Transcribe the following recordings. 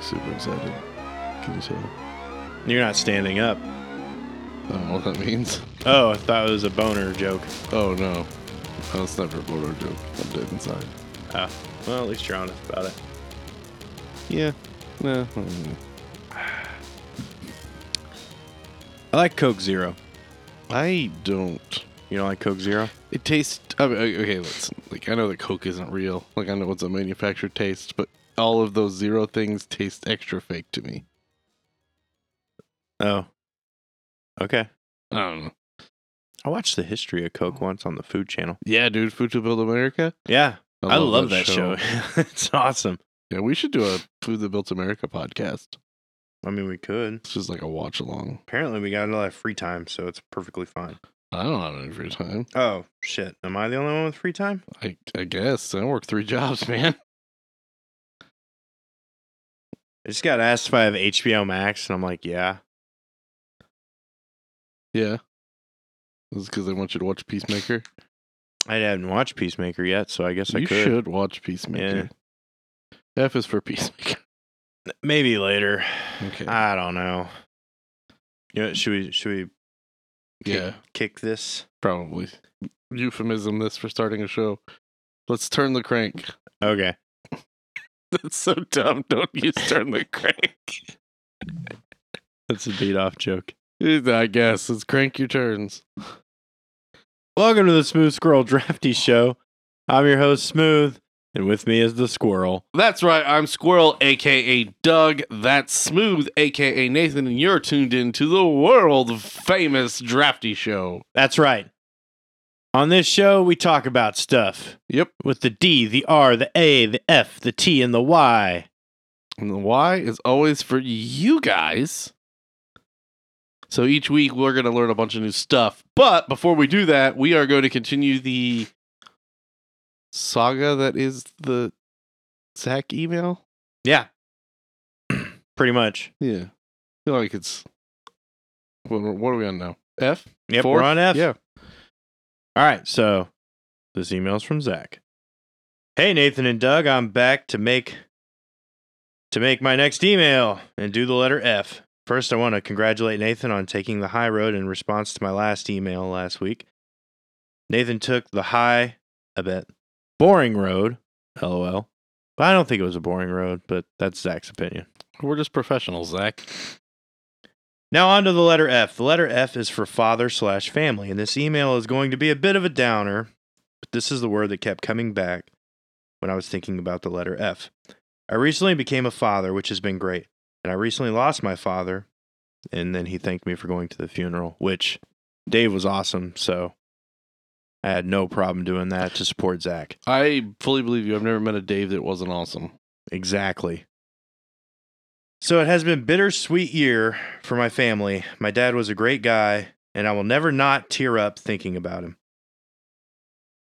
super excited. Can you tell? You're not standing up. I don't know what that means. Oh, I thought it was a boner joke. Oh no. That's never a border joke. I'm dead inside. Ah, well, at least you're honest about it. Yeah. No. I like Coke Zero. I don't. You don't like Coke Zero? It tastes. I mean, o- okay, listen. Like I know that Coke isn't real. Like I know it's a manufactured taste, but all of those zero things taste extra fake to me. Oh. Okay. I don't know. I watched the history of Coke once on the Food Channel. Yeah, dude, Food to Build America. Yeah, I love, that, show. it's awesome. Yeah, we should do a Food that Built America podcast. I mean, we could. It's just like a watch along. Apparently, we got a lot of free time, so it's perfectly fine. I don't have any free time. Oh shit! Am I the only one with free time? I I guess I work three jobs, man. I just got asked if I have HBO Max, and I'm like, yeah. Yeah. This is because they want you to watch Peacemaker. I hadn't watched Peacemaker yet, so I guess I you could. should watch Peacemaker. F is for Peacemaker. Maybe later. Okay. I don't know. You know, should we should we kick, yeah, kick this? probably. Euphemism this for starting a show. Let's turn the crank. Okay. That's so dumb. Don't use turn the crank. That's a beat off joke. I guess. It's crank your turns. Welcome to the Smooth Squirrel Drafty Show. I'm your host, Smooth, and with me is the squirrel. That's right. I'm Squirrel, aka Doug. That's Smooth, aka Nathan, and you're tuned in to the world famous drafty show. That's right. On this show, we talk about stuff Yep. with the D, the R, the A, the F, the T, and the Y. And the why is always for you guys. So each week we're going to learn a bunch of new stuff. But before we do that, we are going to continue the saga that is the Zach email. Yeah. Pretty much. Yeah. I feel like it's. What, what are we on now? F? Yep, Fourth? we're on F. Yeah. All right, so this email's from Zach. Hey Nathan and Doug, I'm back to make to make my next email and do the letter F. First, I want to congratulate Nathan on taking the high road in response to my last email last week. Nathan took the high, I bet, boring road, lol. But I don't think it was a boring road, but that's Zach's opinion. We're just professionals, Zach. Now on to the letter F. The letter F is for father slash family, and this email is going to be a bit of a downer, but this is the word that kept coming back when I was thinking about the letter F. I recently became a father, which has been great, and I recently lost my father, and then he thanked me for going to the funeral, which Dave was awesome, so I had no problem doing that to support Zach. I fully believe you. I've never met a Dave that wasn't awesome. Exactly. So it has been bittersweet year for my family. My dad was a great guy, and I will never not tear up thinking about him.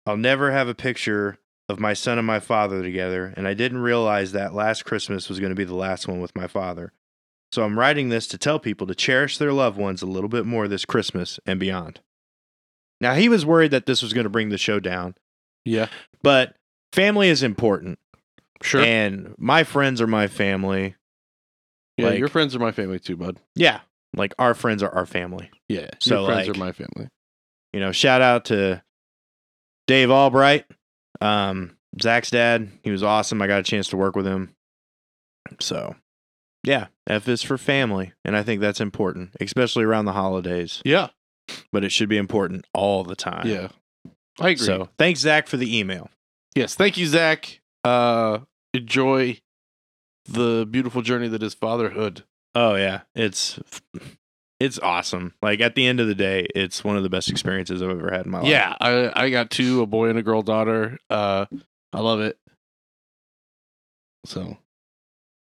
I'll never have a picture of my son and my father together, and I didn't realize that last Christmas was going to be the last one with my father. So I'm writing this to tell people to cherish their loved ones a little bit more this Christmas and beyond. Now, he was worried that this was going to bring the show down, Yeah. but family is important. Sure. And my friends are my family. yeah, like- your friends are my family too, bud. Yeah. Like our friends are our family. Yeah. So, your friends like- are my family. You know, shout out to Dave Albright, um, Zach's dad. He was awesome. I got a chance to work with him. So, yeah, F is for family. And I think that's important, especially around the holidays. Yeah. But it should be important all the time. Yeah. I agree. So, thanks, Zach, for the email. Yes, thank you, Zach. Uh, enjoy the beautiful journey that is fatherhood. Oh yeah, it's it's awesome. Like at the end of the day, it's one of the best experiences I've ever had in my life. Yeah, I, I got two, a boy and a girl daughter. Uh, I love it. So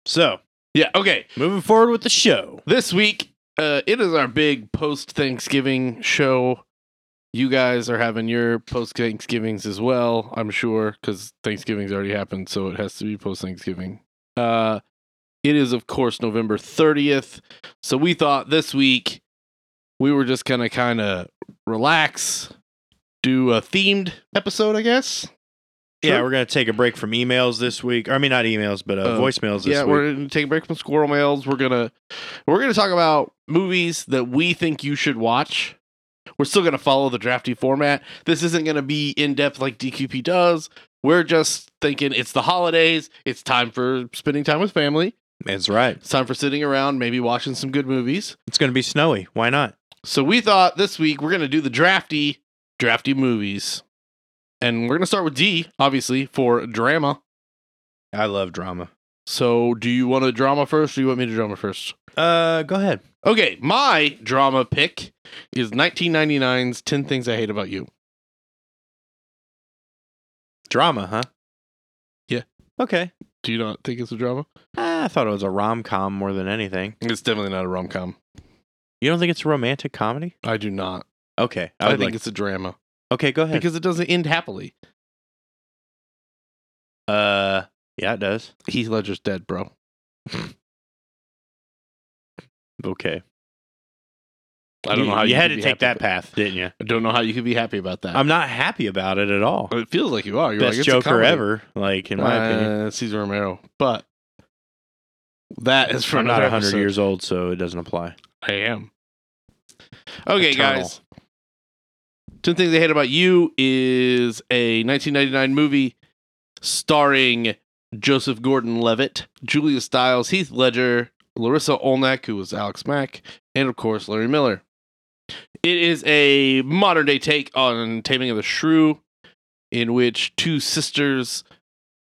So, yeah, okay. moving forward with the show. This week, uh, it is our big post Thanksgiving show. You guys are having your post Thanksgivings as well, I'm sure, because Thanksgiving's already happened, so it has to be post Thanksgiving. Uh, it is, of course, November 30th. So we thought this week we were just going to kind of relax, do a themed episode, I guess. Yeah, Sure. we're gonna take a break from emails this week. I mean, not emails, but uh, Uh, voicemails this yeah, week. we're gonna take a break from squirrel mails. We're gonna we're gonna talk about movies that we think you should watch. We're still gonna follow the drafty format. This isn't gonna be in depth like DQP does. We're just thinking it's the holidays. It's time for spending time with family. That's right. It's time for sitting around, maybe watching some good movies. It's gonna be snowy. Why not? So we thought this week we're gonna do the drafty drafty movies, and we're gonna start with D, obviously for drama. I love drama. So do you want a drama first, or do you want me to drama first? Uh, go ahead. Okay, my drama pick is 1999's 10 Things I Hate About You. Drama, huh? Yeah. Okay. Do you not think it's a drama? Ah, I thought it was a rom com more than anything. It's definitely not a rom com. You don't think it's a romantic comedy? I do not. Okay. I, would think like- it's a drama okay. Go ahead. because it doesn't end happily. uh, yeah, it does. Heath Ledger's dead, bro. Okay. I don't You- know how you, you had could to be take happy that about- path, didn't you? I don't know how you could be happy about that. I'm not happy about it at all. it feels like you are. You're Best like, it's a Joker comedy. ever, like in my opinion. Uh, Cesar Romero. But that is from I'm not 100 another episode. years old, so it doesn't apply. I am. Okay, Eternal. guys. 10 Things I Hate About You is a 1999 movie starring Joseph Gordon Levitt, Julia Stiles, Heath Ledger, Larissa Olnack, who was Alex Mack, and of course, Larry Miller. It is a modern day take on Taming of the Shrew, in which two sisters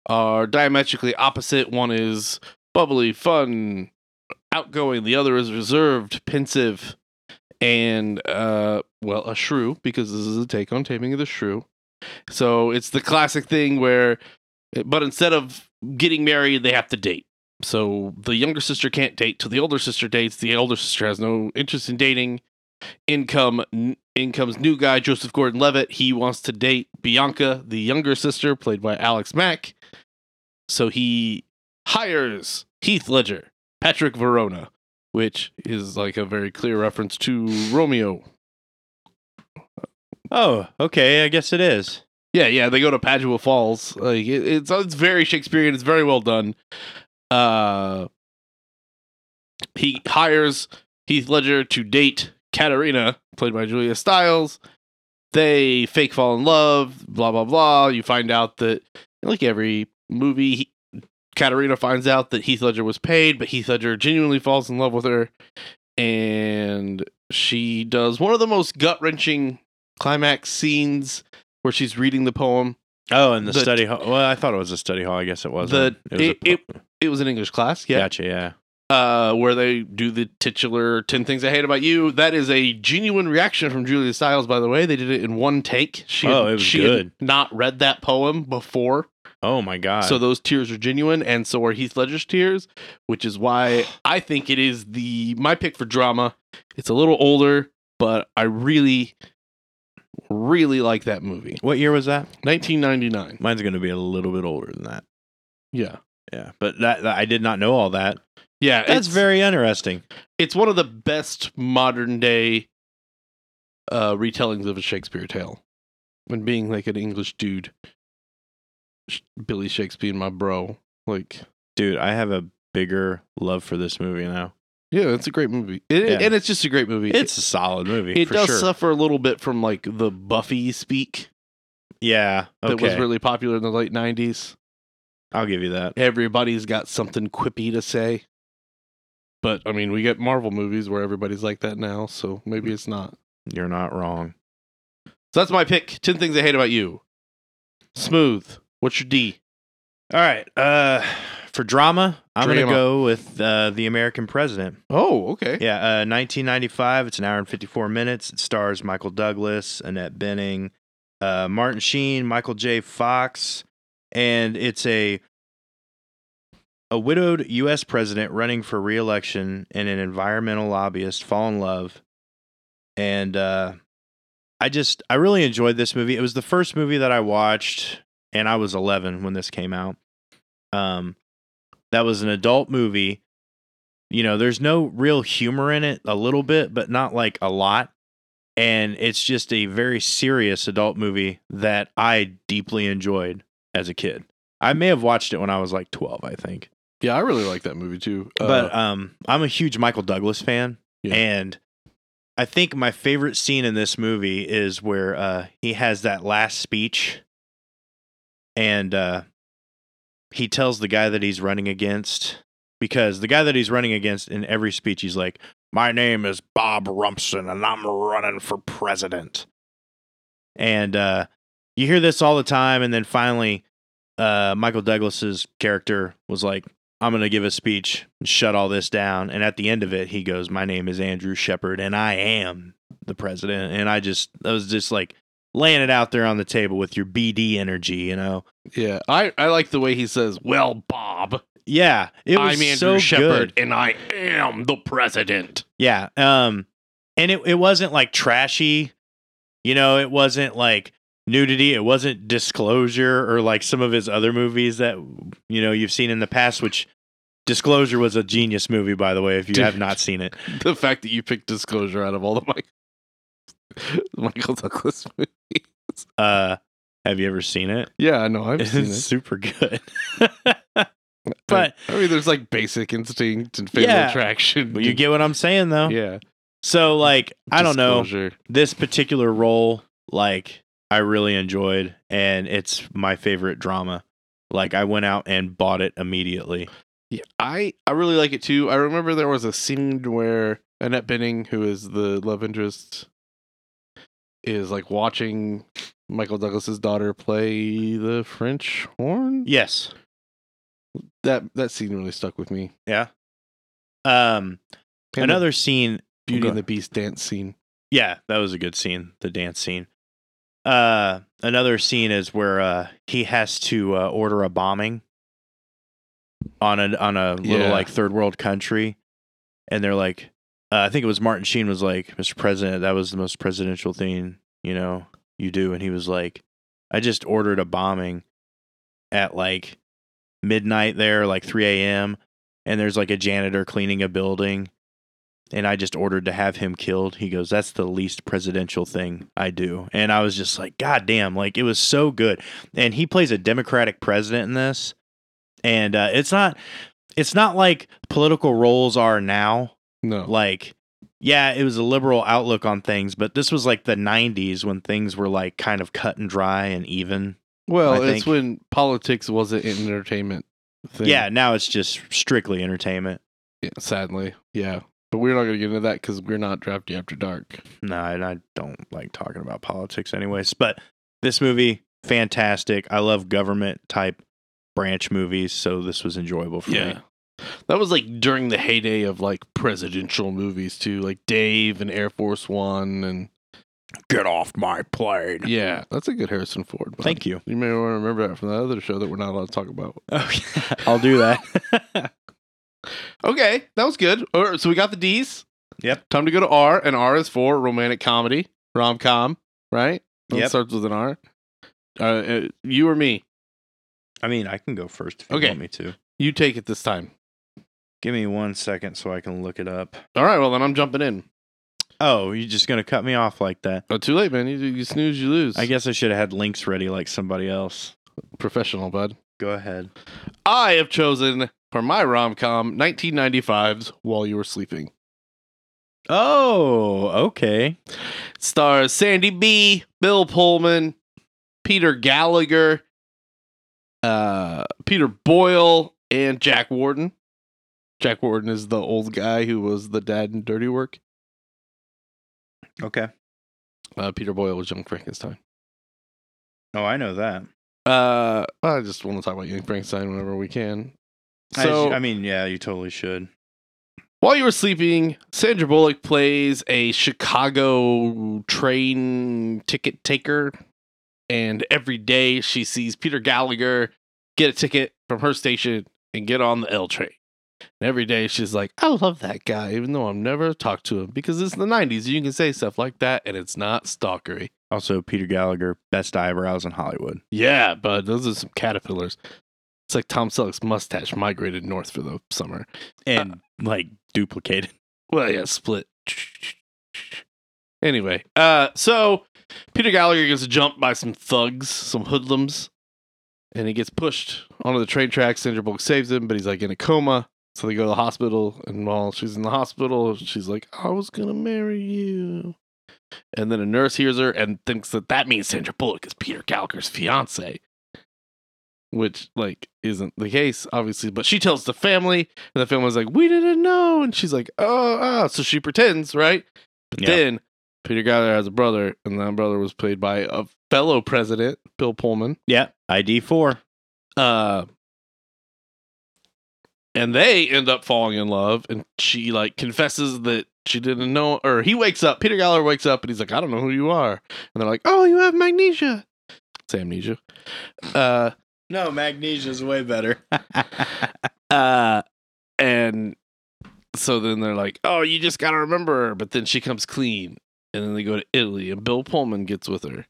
are diametrically opposite. One is bubbly, fun, outgoing, the other is reserved, pensive, and uh well a shrew because this is a take on taming of the shrew so it's the classic thing where but instead of getting married they have to date so the younger sister can't date till the older sister dates the older sister has no interest in dating income n- in comes new guy joseph gordon-levitt he wants to date bianca the younger sister played by alex mack so he hires heath ledger patrick verona which is like a very clear reference to Romeo. Oh, okay. I guess it is. Yeah, yeah, they go to Padua Falls. Like it, it's it's very Shakespearean. It's very well done. Uh, he hires Heath Ledger to date Katerina, played by Julia Stiles. They fake fall in love. Blah blah blah. You find out that like every movie, he, Katerina finds out that Heath Ledger was paid, but Heath Ledger genuinely falls in love with her, and she does one of the most gut wrenching climax scenes where she's reading the poem. Oh, and the, The- study hall. Well, I thought it was a study hall. I guess it wasn't. The- was a it- pl- It was an English class, yeah. Gotcha. Yeah. Uh, where they do the titular 10 Things I Hate About You. That is a genuine reaction from Julia Stiles, by the way. They did it in one take. She Oh, it was she good. Had not read that poem before. Oh my god. So those tears are genuine, and so are Heath Ledger's tears, which is why I think it is the my pick for drama. It's a little older, but I really, really like that movie. what year was that? 1999. Mine's going to be a little bit older than that. Yeah, Yeah, but that, that- I did not know all that. yeah. That's it's- very interesting. It's one of the best modern day uh retellings of a Shakespeare tale. And being like an English dude, Sh- Billy Shakespeare, my bro. Like, Dude, I have a bigger love for this movie now. yeah, it's a great movie, It- Yeah. and it's just a great movie. It's a solid movie. it for does sure. suffer a little bit from like the Buffy speak Yeah. that Okay. was really popular in the late '90s. I'll give you that. Everybody's got something quippy to say, but I mean, we get Marvel movies where everybody's like that now, so Mm. maybe it's not. You're not wrong. So that's my pick: ten things I hate about you. Smooth. What's your D? All right. Uh, for drama, I'm going to Drama. go with uh, the American President. Oh, okay. Yeah, uh, 1995. It's an hour and 54 minutes. It stars Michael Douglas, Annette Benning, uh, Martin Sheen, Michael J. Fox, and it's a a widowed U.S. president running for re-election and an environmental lobbyist fall in love. And uh, I just I really enjoyed this movie. It was the first movie that I watched, and I was 11 when this came out. Um, that was an adult movie you know there's no real humor in it a little bit but not like a lot and it's just a very serious adult movie that i deeply enjoyed as a kid. I may have watched it when I was like 12, I think. Yeah, I really like that movie too. Uh, but um, I'm a huge Michael Douglas fan, Yeah. and I think my favorite scene in this movie is where uh, he has that last speech, and uh, he tells the guy that he's running against because the guy that he's running against in every speech he's like, "My name is Bob Rumpson, and I'm running for president," and uh, you hear this all the time, and then finally. Uh, Michael Douglas's character was like, I'm going to give a speech and shut all this down. And at the end of it, he goes, My name is Andrew Shepard, and I am the president. And I just, I was just like laying it out there on the table with your BD energy, you know? yeah, I I like the way he says, "Well, Bob, Yeah. It was I'm Andrew so Shepard, good. and I am the president." Yeah. Um, and it, it wasn't like trashy, you know, it wasn't like nudity, it wasn't disclosure or like some of his other movies that, you know, you've seen in the past, which disclosure was a genius movie, by the way, if you Dude. have not seen it. The fact that you picked Disclosure out of all the Michael, Michael Douglas movies. Uh, have you ever seen it? Yeah, I know. I've It's seen it. super good. but I mean, there's like Basic Instinct and Fatal Yeah. Attraction. you get what I'm saying, though. yeah. So, like, I don't know Disclosure. this particular role. Like, I really enjoyed, and it's my favorite drama. Like, I went out and bought it immediately. Yeah, I I really like it too. I remember there was a scene where Annette Benning, who is the love interest, is like watching Michael Douglas's daughter play the French horn. Yes. That that scene really stuck with me. Yeah. Um. And another scene. the Beauty go and the Beast dance scene. Yeah, that was a good scene. The dance scene. Uh, another scene is where uh he has to uh, order a bombing on a on a little Yeah. like third world country, and they're like, uh, I think it was Martin Sheen was like, Mr. President, that was the most presidential thing you know you do, and he was like, I just ordered a bombing at like midnight there, like 3 a.m. And there's like a janitor cleaning a building. And I just ordered to have him killed. He goes, That's the least presidential thing I do. And I was just like, God damn. Like, it was so good. And he plays a Democratic president in this. And uh, it's not. It's not like political roles are now No. like yeah it was a liberal outlook on things but this was like the 90s when things were like kind of cut and dry and even well, I it's think- when politics wasn't an entertainment thing. yeah now it's just strictly entertainment Yeah, Sadly. Yeah. But we're not going to get into that because we're not drafty after dark. no and i don't like talking about politics anyways but this movie fantastic i love government type branch movies so this was enjoyable for me That was like during the heyday of like presidential movies too, like Dave and Air Force One and get off my plane yeah, that's a good Harrison Ford. Bud. thank you You may want to remember that from that other show that we're not allowed to talk about. oh, yeah. i'll do that Okay, that was good. All right, so we got the D's. Yep. Time to go to R, and R is for romantic comedy, rom com, right? That Yep. starts with an R. Uh, uh, you or me? i mean i can go first if you Okay. want me to You take it this time. give me one second so i can look it up All right, well then I'm jumping in. Oh, you're just gonna cut me off like that? Oh, too late, man. You, you snooze, you lose. I guess I should have had links ready like somebody else. professional, bud. Go ahead. I have chosen for my rom com 1995's While You Were Sleeping. Oh, okay. Stars Sandy B, Bill Pullman, Peter Gallagher, uh, Peter Boyle, and Jack Warden. Jack Warden is the old guy who was the dad in Dirty Work. Okay. Uh, Peter Boyle was young Frankenstein. Oh, I know that. Uh, I just want to talk about young Frankenstein whenever we can. I- So, I, mean, yeah, you totally should. While you were sleeping, Sandra Bullock plays a Chicago train ticket taker. And every day she sees Peter Gallagher get a ticket from her station and get on the L train. And every day she's like, I love that guy, even though I've never talked to him because it's the 90s. You can say stuff like that and it's not stalkery. Also, Peter Gallagher, best eyebrows in Hollywood. Yeah, but those are some caterpillars. It's like Tom Selleck's mustache migrated north for the summer. And like duplicated. Well, yeah, split. Anyway, uh, so Peter Gallagher gets jumped by some thugs, some hoodlums, and he gets pushed onto the train tracks. Cinderbolt saves him, but he's like in a coma. So they go to the hospital, and while she's in the hospital, she's like, "I was gonna marry you," and then a nurse hears her and thinks that that means Sandra Bullock is Peter Gallagher's fiance, which like isn't the case, obviously. But she tells the family, and the family's like, "We didn't know," and she's like, "Oh, ah," so she pretends, right? But Yeah. then Peter Gallagher has a brother, and that brother was played by a fellow president, Bill Pullman Yeah. ID four. uh and they end up falling in love and she like confesses that she didn't know or he wakes up peter Gallagher wakes up and he's like i don't know who you are and they're like oh you have magnesia it's amnesia uh No, magnesia's way better. uh and so then they're like oh you just gotta remember her but then she comes clean and then they go to italy and bill pullman gets with her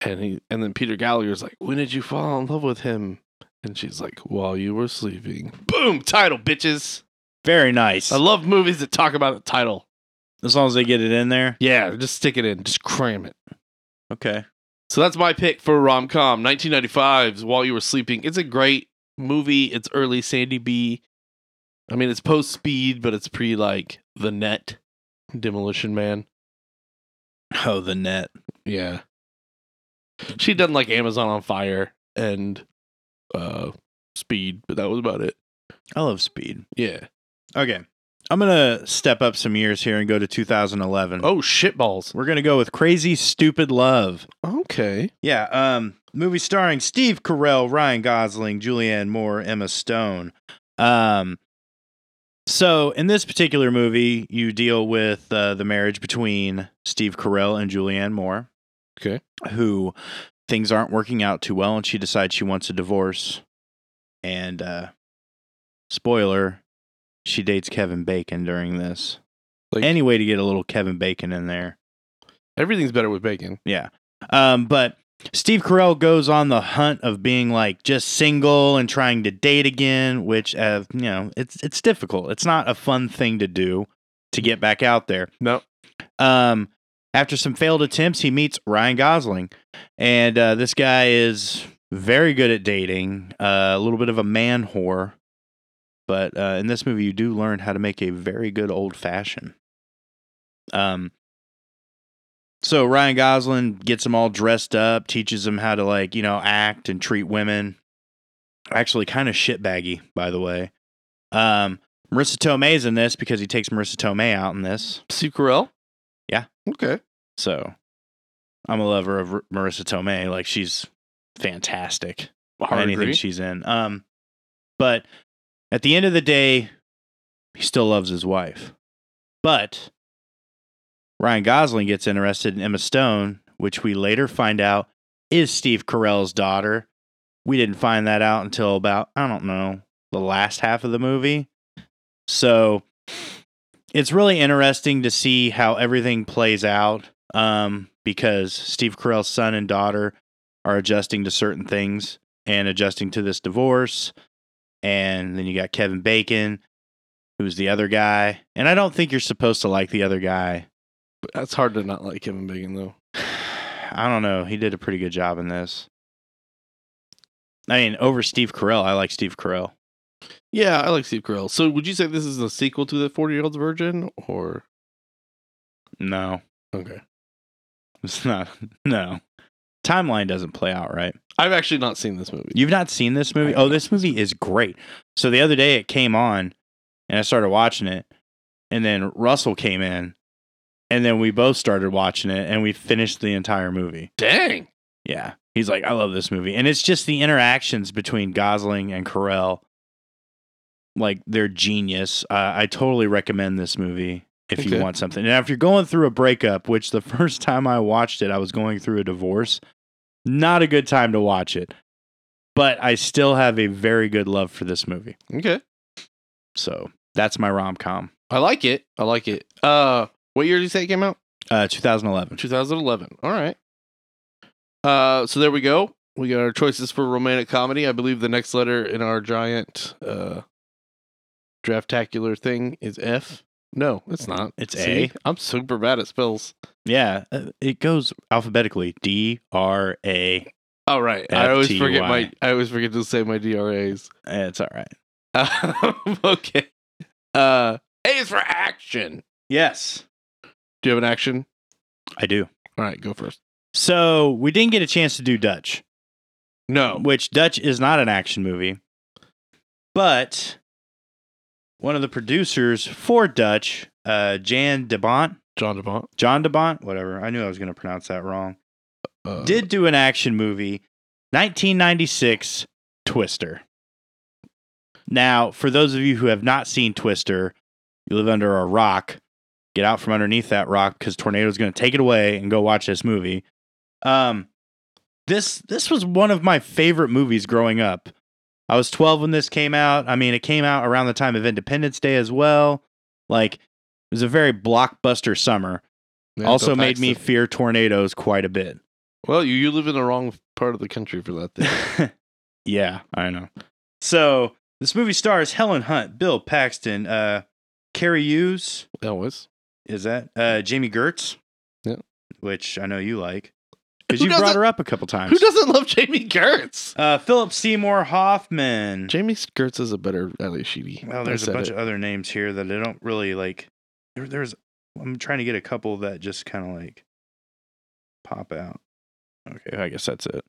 and he and then peter gallagher's like when did you fall in love with him and she's like while you were sleeping boom title bitches Very nice. i love movies that talk about the title As long as they get it in there. yeah just stick it in just cram it Okay. So that's my pick for rom com. 1995's While You Were Sleeping. It's a great movie. It's early Sandy B. I mean, it's post speed, but it's pre like The Net, Demolition Man. Oh, the net. Yeah. She'd done like Amazon on Fire and uh Speed, but that was about it. I love speed. Yeah. Okay. I'm gonna step up some years here and go to 2011. Oh, shitballs. We're gonna go with Crazy Stupid Love. Okay. Yeah, um, movie starring Steve Carell, Ryan Gosling, Julianne Moore, Emma Stone. Um, so in this particular movie, you deal with uh, the marriage between Steve Carell and Julianne Moore. Okay. Who things aren't working out too well, and she decides she wants a divorce. And uh, spoiler, she dates Kevin Bacon during this. Like- Any way to get a little Kevin Bacon in there. Everything's better with bacon. Yeah. Um, but Steve Carell goes on the hunt of being like just single and trying to date again, which uh, you know, it's it's difficult. It's not a fun thing to do to get back out there. No. Um, after some failed attempts, he meets Ryan Gosling, and uh, this guy is very good at dating. Uh, a little bit of a man whore, but uh, in this movie, you do learn how to make a very good old fashioned. Um, so Ryan Gosling gets them all dressed up, teaches them how to like you know act and treat women. Actually, kind of shitbaggy, by the way. Um, Marissa Tomei's in this because he takes Marissa Tomei out in this. Sucarel? Yeah. Okay. So I'm a lover of R- Marissa Tomei. Like she's fantastic. I anything agree. she's in. Um, but at the end of the day, he still loves his wife. But Ryan Gosling gets interested in Emma Stone, which we later find out is Steve Carell's daughter. We didn't find that out until about, I don't know, the last half of the movie. So it's really interesting to see how everything plays out um, because Steve Carell's son and daughter are adjusting to certain things and adjusting to this divorce. And then you got Kevin Bacon, who's the other guy. And I don't think you're supposed to like the other guy. That's hard to not like Kevin Bacon, though. I don't know. He did a pretty good job in this. I mean, over Steve Carell, I like Steve Carell. Yeah, I like Steve Carell. So would you say this is a sequel to The 40 Year Old Virgin or. No, Okay. it's not. No. Timeline doesn't play out right. I've actually not seen this movie. You've not seen this movie? Oh, this movie is great. So the other day it came on and I started watching it. And then Russell came in and then we both started watching it and we finished the entire movie. Dang. Yeah. He's like, I love this movie. And it's just the interactions between Gosling and Carell. Like they're genius. Uh, I totally recommend this movie if you Okay. want something. Now, if you're going through a breakup, which the first time I watched it, I was going through a divorce, not a good time to watch it. But I still have a very good love for this movie. Okay. So that's my rom com. I like it. I like it. Uh what year did you say it came out? Uh, 2011. 2011. All right. Uh so there we go. We got our choices for romantic comedy. I believe the next letter in our giant uh draftacular thing is F. No, it's not. It's See? A. I'm super bad at spells. Yeah. uh, It goes alphabetically D R A Oh right, I always forget my FTY. I always forget to say my DRAs. Eh, It's all right. Um, okay. Uh, A is for action. Yes. Do you have an action? I do. All right, go first. So we didn't get a chance to do Dutch, No. which Dutch is not an action movie, but one of the producers for Dutch, uh, Jan DeBont, John DeBont. John DeBont, whatever. I knew I was going to pronounce that wrong. Uh, Did do an action movie, 1996 Twister. Now, for those of you who have not seen Twister, you live under a rock. Get out from underneath that rock because tornado's going to take it away and go watch this movie. Um, this this was one of my favorite movies growing up. I was 12 when this came out. I mean, it came out around the time of Independence Day as well. Like, it was a very blockbuster summer. yeah, also don't made me accident- fear tornadoes quite a bit. well, you, you live in the wrong part of the country for that. Thing. yeah, I know. So this movie stars Helen Hunt, Bill Paxton, uh, Carrie Hughes. Elvis. Is that uh, Jamie Gertz? Yeah. Which I know you like because Who you brought doesn't- her up a couple times. Who doesn't love Jamie Gertz? Uh, Philip Seymour Hoffman. Jamie Gertz is a better Ali Sheedy. Well, there's a bunch of other names here that I don't really like. There, there's, I'm trying to get a couple that just kind of like pop out. okay, I guess that's it.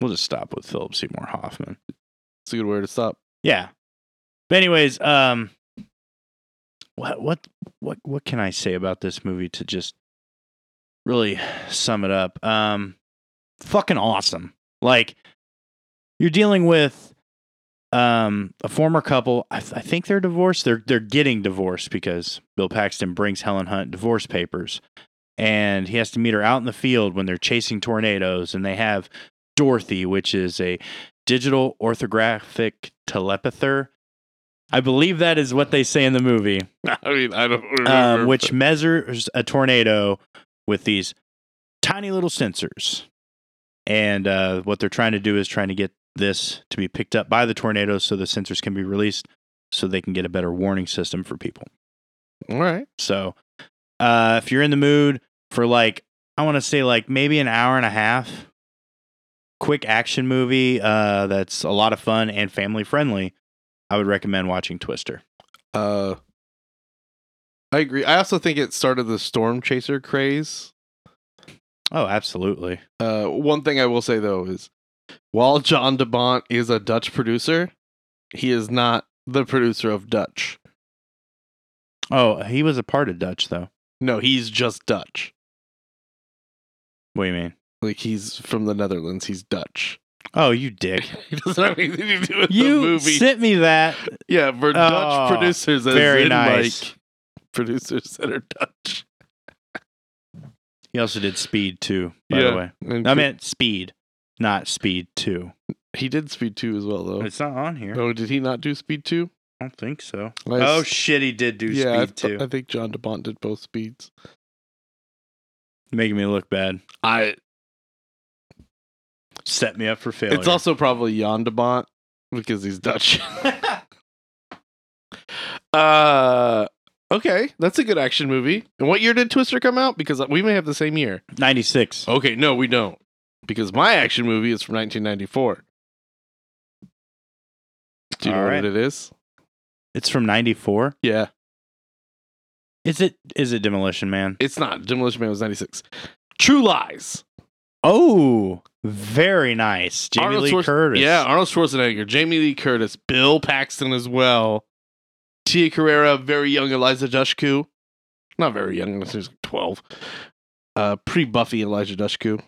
We'll just stop with Philip Seymour Hoffman. It's a good where to stop. Yeah. But anyways, um what what what what can I say about this movie to just really sum it up? Um fucking awesome. Like you're dealing with um a former couple. I, th- I think they're divorced. They're they're getting divorced because Bill Paxton brings Helen Hunt divorce papers. And he has to meet her out in the field when they're chasing tornadoes and they have Dorothy, which is a digital orthographic telepather. I believe that is what they say in the movie, I mean, I don't remember. um, which but- measures a tornado with these tiny little sensors. And uh, what they're trying to do is trying to get this to be picked up by the tornado so the sensors can be released so they can get a better warning system for people. all right. So, uh, if you're in the mood for like, I want to say like maybe an hour and a half, quick action movie uh, that's a lot of fun and family friendly, I would recommend watching Twister. Uh, I agree. I also think it started the storm chaser craze. Oh, absolutely. Uh, one thing I will say though is, while John DeBont is a Dutch producer, he is not the producer of Dutch. Oh, he was a part of Dutch though. No, he's just Dutch. What do you mean? Like he's from the Netherlands. He's Dutch. Oh, you dick. He doesn't have anything to do with the you movie. sent me that. yeah, for Dutch Oh, producers, as very in, nice. like producers that are Dutch. He also did Speed too, by Yeah. the way. And I meant Speed, not Speed 2. he did Speed Two as well, though. It's not on here. I Oh, did he not do Speed Two? don't think so. I oh s- shit, he did do yeah, I speed th- too. I think John DeBont did both speeds. Making me look bad. I. Set me up for failure. It's also probably Jan DeBont because he's Dutch. uh, okay, that's a good action movie. And what year did Twister come out? Because we may have the same year. 96. Okay, no, we don't. Because my action movie is from 1994. Do you All know right. what it is? It's from 94. Yeah, Is it is it Demolition Man? it's not. Demolition Man was 96. True Lies. Oh, very nice. Jamie Arnold Lee Schwarz- Curtis. Yeah, Arnold Schwarzenegger, Jamie Lee Curtis, Bill Paxton as well. Tia Carrera, very young Eliza Dushku. Not very young, she was 12. Uh, Pre Buffy Elijah Dushku.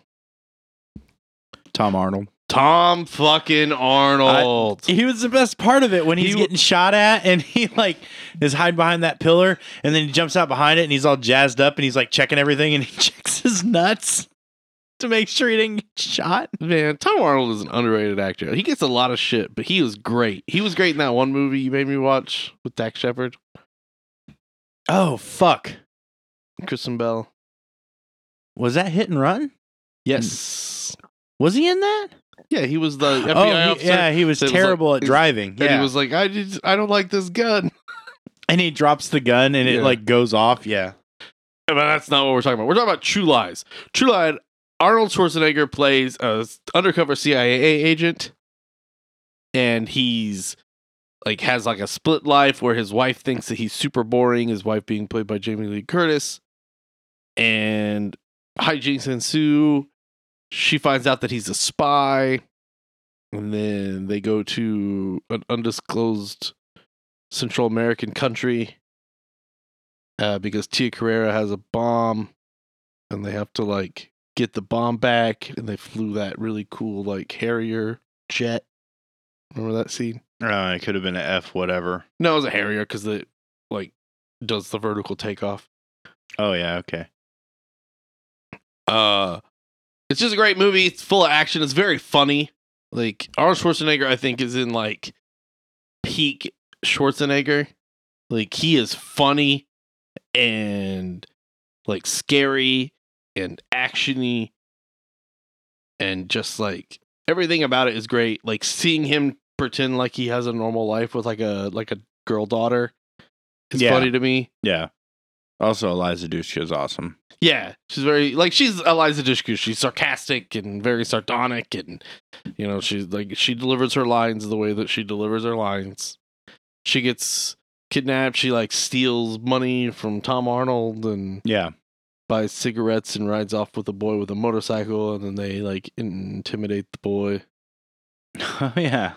Tom Arnold. Tom fucking Arnold. He was the best part of it when he's He w- getting shot at and he like is hiding behind that pillar and then he jumps out behind it and he's all jazzed up and he's like checking everything and he checks his nuts to make sure he didn't get shot. Man, Tom Arnold is an underrated actor. He gets a lot of shit, but he was great. He was great in that one movie you made me watch with Dak Shepard, Oh fuck. Kristen Bell. Was that hit and run? Hmm. Yes. Was he in that? Yeah, he was the FBI oh, he- officer. yeah, he was that was, like, terrible at his- driving. And Yeah. he was like, I, just, I don't like this gun. and he drops the gun and Yeah. it like goes off. Yeah. But that's not what we're talking about. We're talking about True Lies. True Lies Arnold Schwarzenegger plays a s- undercover CIA agent, and he's like has like a split life where his wife thinks that he's super boring. His wife being played by Jamie Lee Curtis, and hijinks ensue. She finds out that he's a spy, and then they go to an undisclosed Central American country uh, because Tia Carrera has a bomb, and they have to like get the bomb back and they flew that really cool like Harrier jet. Remember that scene? Uh, it could have been an F whatever. No, it was a Harrier because it like does the vertical takeoff. Oh yeah, okay. Uh it's just a great movie. It's full of action. It's very funny. Like Arnold Schwarzenegger, I think, is in like peak Schwarzenegger. Like he is funny and like scary and actiony and just like everything about it is great. Like seeing him pretend like he has a normal life with like a like a girl daughter is Yeah. funny to me. Yeah. Also, Eliza Dushku is awesome. Yeah, she's very like she's Eliza Dushku. She's sarcastic and very sardonic, and you know she's like she delivers her lines the way that she delivers her lines. She gets kidnapped. She like steals money from Tom Arnold and Yeah. buys cigarettes and rides off with a boy with a motorcycle, and then they like intimidate the boy. oh yeah.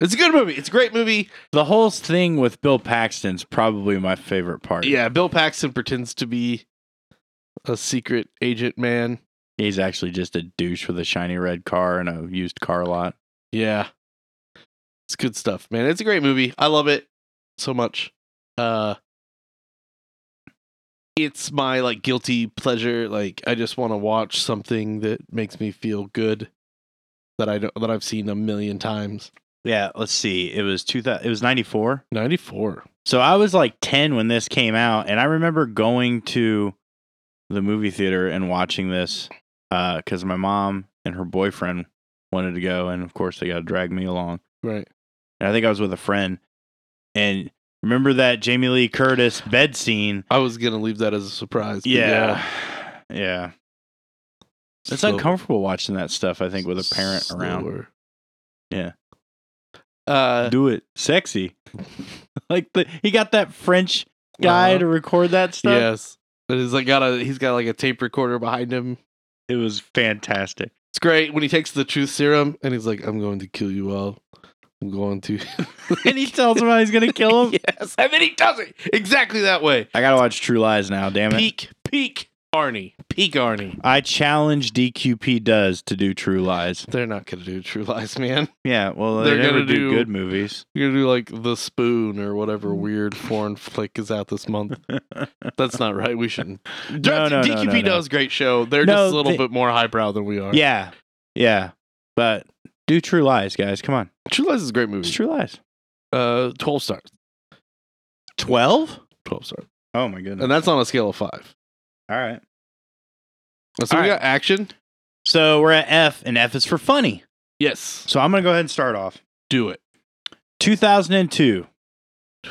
It's a good movie. It's a great movie. The whole thing with Bill Paxton's probably my favorite part. Yeah, Bill Paxton pretends to be a secret agent man. He's actually just a douche with a shiny red car and a used car lot. Yeah. It's good stuff, man. It's a great movie. I love it so much. Uh It's my like guilty pleasure. Like I just want to watch something that makes me feel good that I don't that I've seen a million times. Yeah, let's see. It was two thousand it was ninety four. 94. So I was like 10 when this came out, and I remember going to the movie theater and watching this because my mom and her boyfriend wanted to go, and of course they got to drag me along. Right. And I think I was with a friend, and remember that Jamie Lee Curtis bed scene? I was going to leave that as a surprise. but Yeah, yeah. It's Slow- uncomfortable watching that stuff. I think with a parent around. slower. Yeah. Uh Do it sexy, like the, he got that French guy Uh-huh. to record that stuff. yes. But he's like got a he's got like a tape recorder behind him. It was fantastic. It's great when he takes the truth serum and he's like, "I'm going to kill you all. I'm going to." and he tells him how he's gonna kill him. yes, and then he does it exactly that way. I gotta watch True Lies now. Damn it! Peak, peak Arnie, peak Arnie. I challenge DQP does to do True Lies. They're not gonna do True Lies, man. Yeah, well, They're they never gonna do, do- good movies. You're gonna do like The Spoon or whatever weird foreign flick is out this month. That's not right. We shouldn't. no, no, DQP no, no. does great show. They're No, just a little they- bit more highbrow than we are. yeah, yeah, but do True Lies, guys. Come on, True Lies is a great it's movie. True Lies. Uh, twelve stars. Twelve? Twelve stars, Oh my goodness! and that's on a scale of five. All right. So All we right. got action. So we're at F, and F is for funny. Yes, So I'm gonna go ahead and start off. do it. 2002,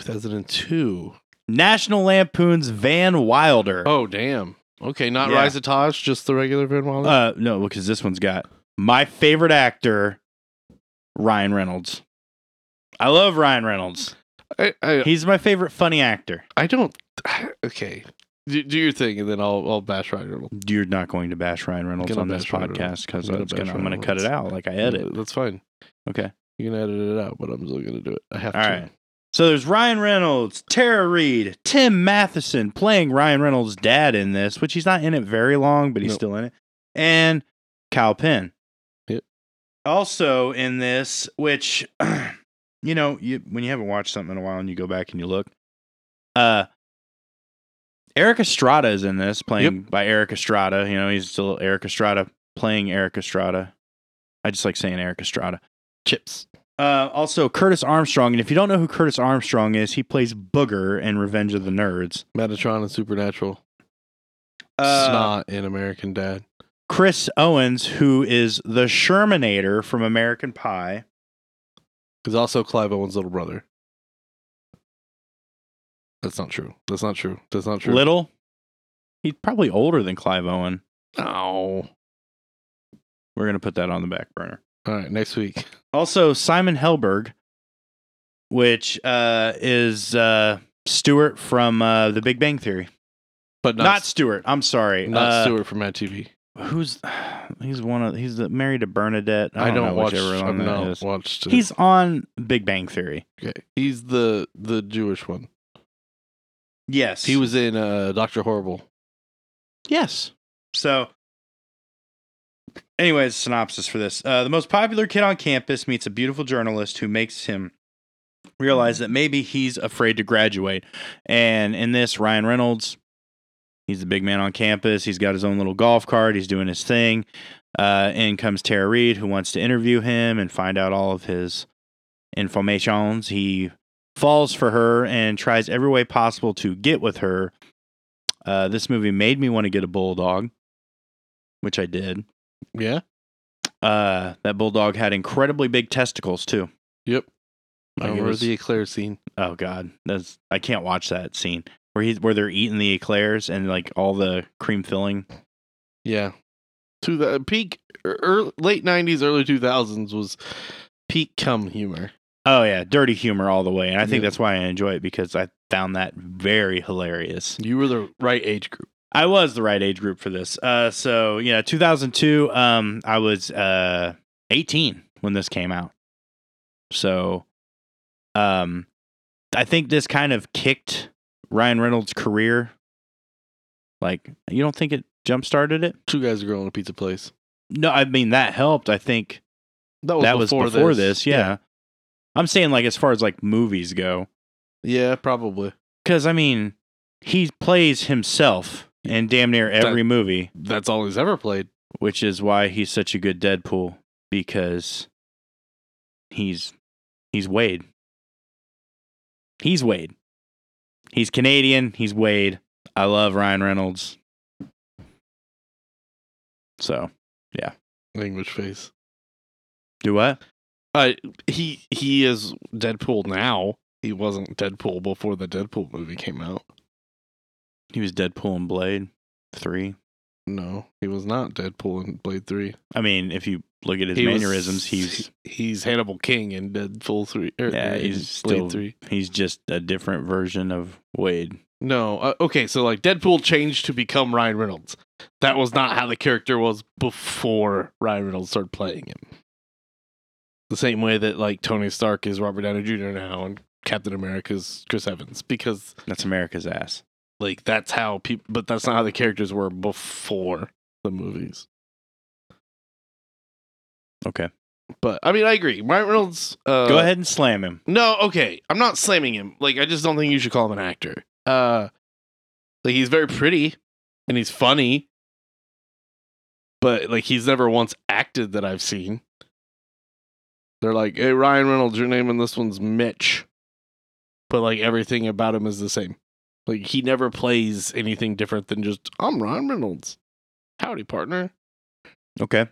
2002. National Lampoon's Van Wilder. Oh damn. Okay, not Yeah. Rise of Taj, just the regular Van Wilder. Uh, no, because this one's got my favorite actor, Ryan Reynolds. I love Ryan Reynolds. I, I He's my favorite funny actor. I don't. Okay, do, do your thing, and then I'll I'll bash Ryan Reynolds. You're not going to bash Ryan Reynolds Gonna on this bash Ryan Reynolds. podcast because I'm gonna I'm gonna, bash I'm gonna Ryan cut it out like I edit. Uh, That's fine. Okay. You can edit it out, but I'm still gonna do it. I have All to. right. So there's Ryan Reynolds, Tara Reid, Tim Matheson playing Ryan Reynolds' dad in this, which he's not in it very long, but he's Nope. still in it. And Kyle Penn. Yep. Also in this, which you know, you when you haven't watched something in a while and you go back and you look, uh Eric Estrada is in this, playing by Eric Estrada. You know, he's still Eric Estrada playing Eric Estrada. I just like saying Eric Estrada. Chips. Uh, also, Curtis Armstrong. And if you don't know who Curtis Armstrong is, he plays Booger in Revenge of the Nerds. Metatron and Supernatural. Uh, Snot in American Dad. Chris Owens, who is the Shermanator from American Pie. He's also Clive Owen's little brother. That's not true. That's not true. That's not true. Little. He's probably older than Clive Owen. No. We're gonna put that on the back burner. All right, next week. Also, Simon Helberg, which uh, is uh, Stewart from uh, The Big Bang Theory. But Not, not Stewart. I'm sorry. not, Uh, Stewart from Mad TV. Who's he's one of he's the- married to Bernadette. I don't, know watch. whichever I've one that not is. watched. uh, it. He's on Big Bang Theory. okay. He's the the Jewish one. Yes. He was in uh, Doctor Horrible. Yes. So, anyways, synopsis for this: uh, the most popular kid on campus meets a beautiful journalist who makes him realize that maybe He's afraid to graduate. And in this, Ryan Reynolds, he's the big man on campus. He's got his own little golf cart. He's doing his thing. Uh, in comes Tara Reid, who wants to interview him and find out all of his informations. He falls for her and tries every way possible to get with her. Uh, this movie made me want to get a bulldog, which I did. Yeah. Uh, that bulldog had incredibly big testicles too. Yep. I Like, it remember was- the eclair scene. oh god, that's I can't watch that scene where he where they're eating the eclairs and like all the cream filling. Yeah. To the peak, early, late '90s, early 2000s was peak cum humor. Oh yeah, dirty humor all the way, and I think Yeah. that's why I enjoy it because I found that very hilarious. You were the right age group. I was the right age group for this. Uh, so yeah, 2002. Um, I was uh 18 when this came out. So, um, I think this kind of kicked Ryan Reynolds' career. Like, you don't think it jump started it? Two guys, a girl in a pizza place. No, I mean that helped. I think that was before, this. Yeah. I'm saying like as far as like movies go, Yeah, probably. because I mean he plays himself in damn near every movie, That's all he's ever played. which is why he's such a good Deadpool because he's he's Wade. He's Wade. He's Canadian. He's Wade. I love Ryan Reynolds. So English face. do what? Uh, he he is Deadpool now. He wasn't Deadpool before the Deadpool movie came out. He was Deadpool and Blade three. No, he was not Deadpool in Blade Three. I mean, if you look at his He was- mannerisms, he's he's Hannibal King in Deadpool Three. or Yeah, in he's Blade still- Three. he's just a different version of Wade. No, uh, okay, so like Deadpool changed to become Ryan Reynolds. That was not how the character was before Ryan Reynolds started playing him. The same way that like Tony Stark is Robert Downey Jr. now and Captain America's Chris Evans because That's America's ass. like that's how people but that's not how the characters were before the movies. Okay. But I mean, I agree. Ryan Reynolds uh Go ahead and slam him. No, okay. I'm not slamming him. Like I just don't think you should call him an actor. Uh like he's very pretty and he's funny. But like he's never once acted that I've seen. They're like, "Hey Ryan Reynolds, your name in this one's Mitch." But like everything about him is the same. Like he never plays anything different than just, "I'm Ryan Reynolds." Howdy, partner. Okay.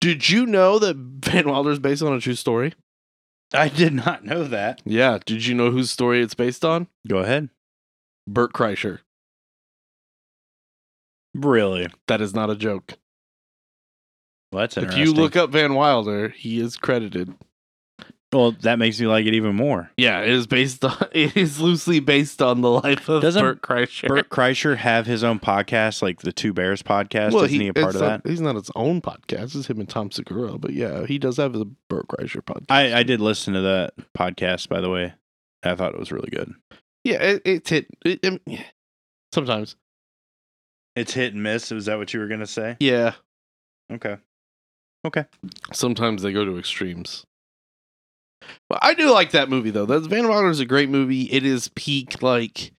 Did you know that Van Wilder's based on a true story? I did not know that. Yeah, did you know whose story it's based on? Go ahead. Bert Kreischer. Really? That is not a joke. Well, that's If interesting. you look up Van Wilder, he is credited. well, that makes me like it even more. Yeah, it is based on. It is loosely based on the life of Doesn't Bert Kreischer. Burt Kreischer have his own podcast, like the Two Bears podcast. Isn't he a part it's of not- that? He's not his own podcast. It's him and Tom Segura. But yeah, he does have a Bert Kreischer podcast. I, I did listen to that podcast, by the way. I thought it was really good. yeah, it, it's hit. It, I mean, sometimes. It's hit and miss. Was that what you were gonna say? Yeah. Okay. Sometimes they go to extremes. But I do like that movie though. That's Van Wilder is a great movie. It is peak like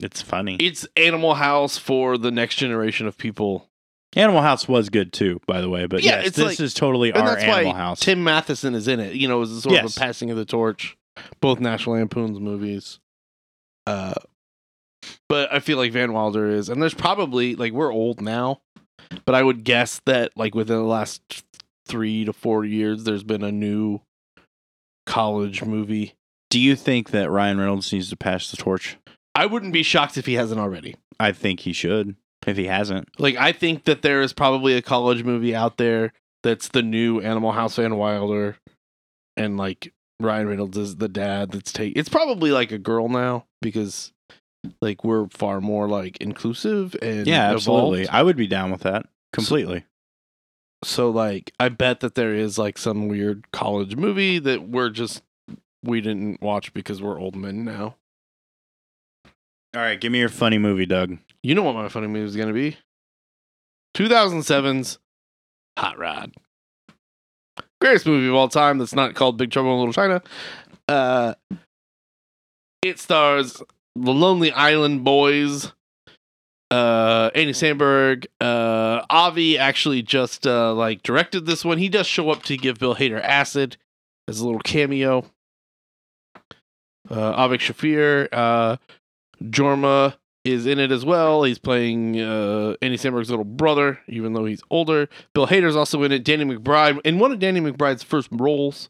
It's funny. it's Animal House for the next generation of people Animal House was good too, by the way. But Yeah, yes, it's this like- is totally and our that's Animal why House. Tim Matheson is in it. You know, it's a sort Yes. of a passing of the torch. Both National Lampoon's movies. Uh, but I feel like Van Wilder is, and there's probably like we're old now, but I would guess that like within the last three to four years, there's been a new college movie. Do you think that Ryan Reynolds needs to pass the torch? I wouldn't be shocked if he hasn't already. I think he should. If he hasn't, Like I think that there is probably a college movie out there that's the new Animal House Van Wilder, and like Ryan Reynolds is the dad that's take. It's probably like a girl now because like we're far more like inclusive and yeah, absolutely. evolved. I would be down with that completely. So like I bet that there is like some weird college movie that we're just we didn't watch because we're old men now. All right, give me your funny movie, Doug. You know what my funny movie is going to be? 2007's Hot Rod. Greatest movie of all time that's not called Big Trouble in Little China. Uh, it stars the Lonely Island Boys, uh, Andy Sandberg. Uh, Avi actually just uh, like directed this one. He does show up to give Bill Hader acid as a little cameo. Uh, Avik Shafir, uh, Jorma, is in it as well. He's playing uh, Andy Samberg's little brother, even though he's older. Bill Hader's also in it. Danny McBride in one of Danny McBride's first roles.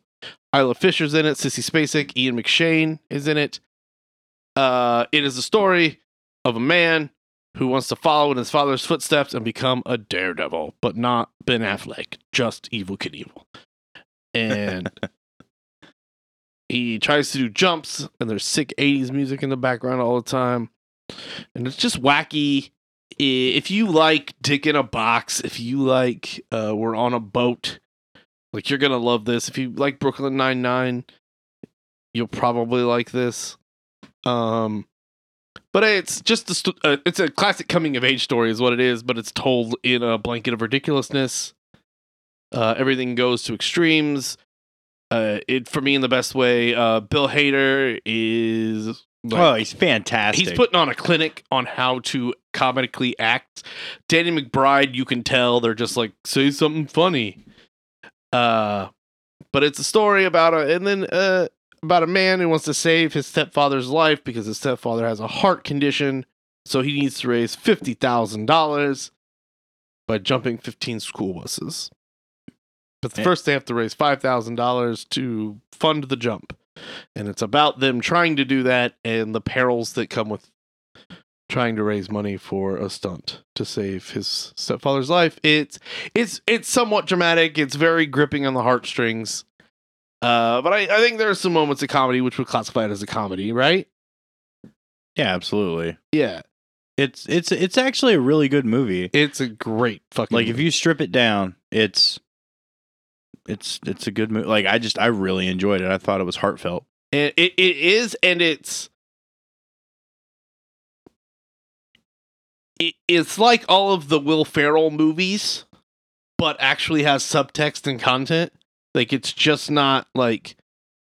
Isla Fisher's in it. Sissy Spacek, Ian McShane is in it. Uh, it is the story of a man who wants to follow in his father's footsteps and become a daredevil, but not Ben Affleck, just Evil Knievel. And he tries to do jumps, and there's sick 80s music in the background all the time and it's just wacky. I- If you like Dick in a Box, if you like uh, We're on a Boat, like you're gonna love this. If you like Brooklyn Nine Nine, you'll probably like this. Um, but it's just a st- uh, it's a classic coming of age story, is what it is. But it's told in a blanket of ridiculousness. Uh, everything goes to extremes. Uh, it for me in the best way. Uh, Bill Hader is like, oh, he's fantastic. He's putting on a clinic on how to comedically act. Danny McBride, you can tell they're just like say something funny. Uh, but it's a story about a and then uh about a man who wants to save his stepfather's life because his stepfather has a heart condition, so he needs to raise fifty thousand dollars by jumping fifteen school buses. But the Eh. first they have to raise five thousand dollars to fund the jump and it's about them trying to do that and the perils that come with trying to raise money for a stunt to save his stepfather's life. It's it's it's somewhat dramatic. It's very gripping on the heartstrings. Uh, but I, I think there are some moments of comedy which would classify it as a comedy, right? yeah, absolutely. Yeah, It's it's it's actually a really good movie. it's a great fucking like if you strip it down, it's it's it's a good movie. Like I just I really enjoyed it. I thought it was heartfelt. And it, it is, and it's it, it's like all of the Will Ferrell movies, but actually has subtext and content. Like it's just not like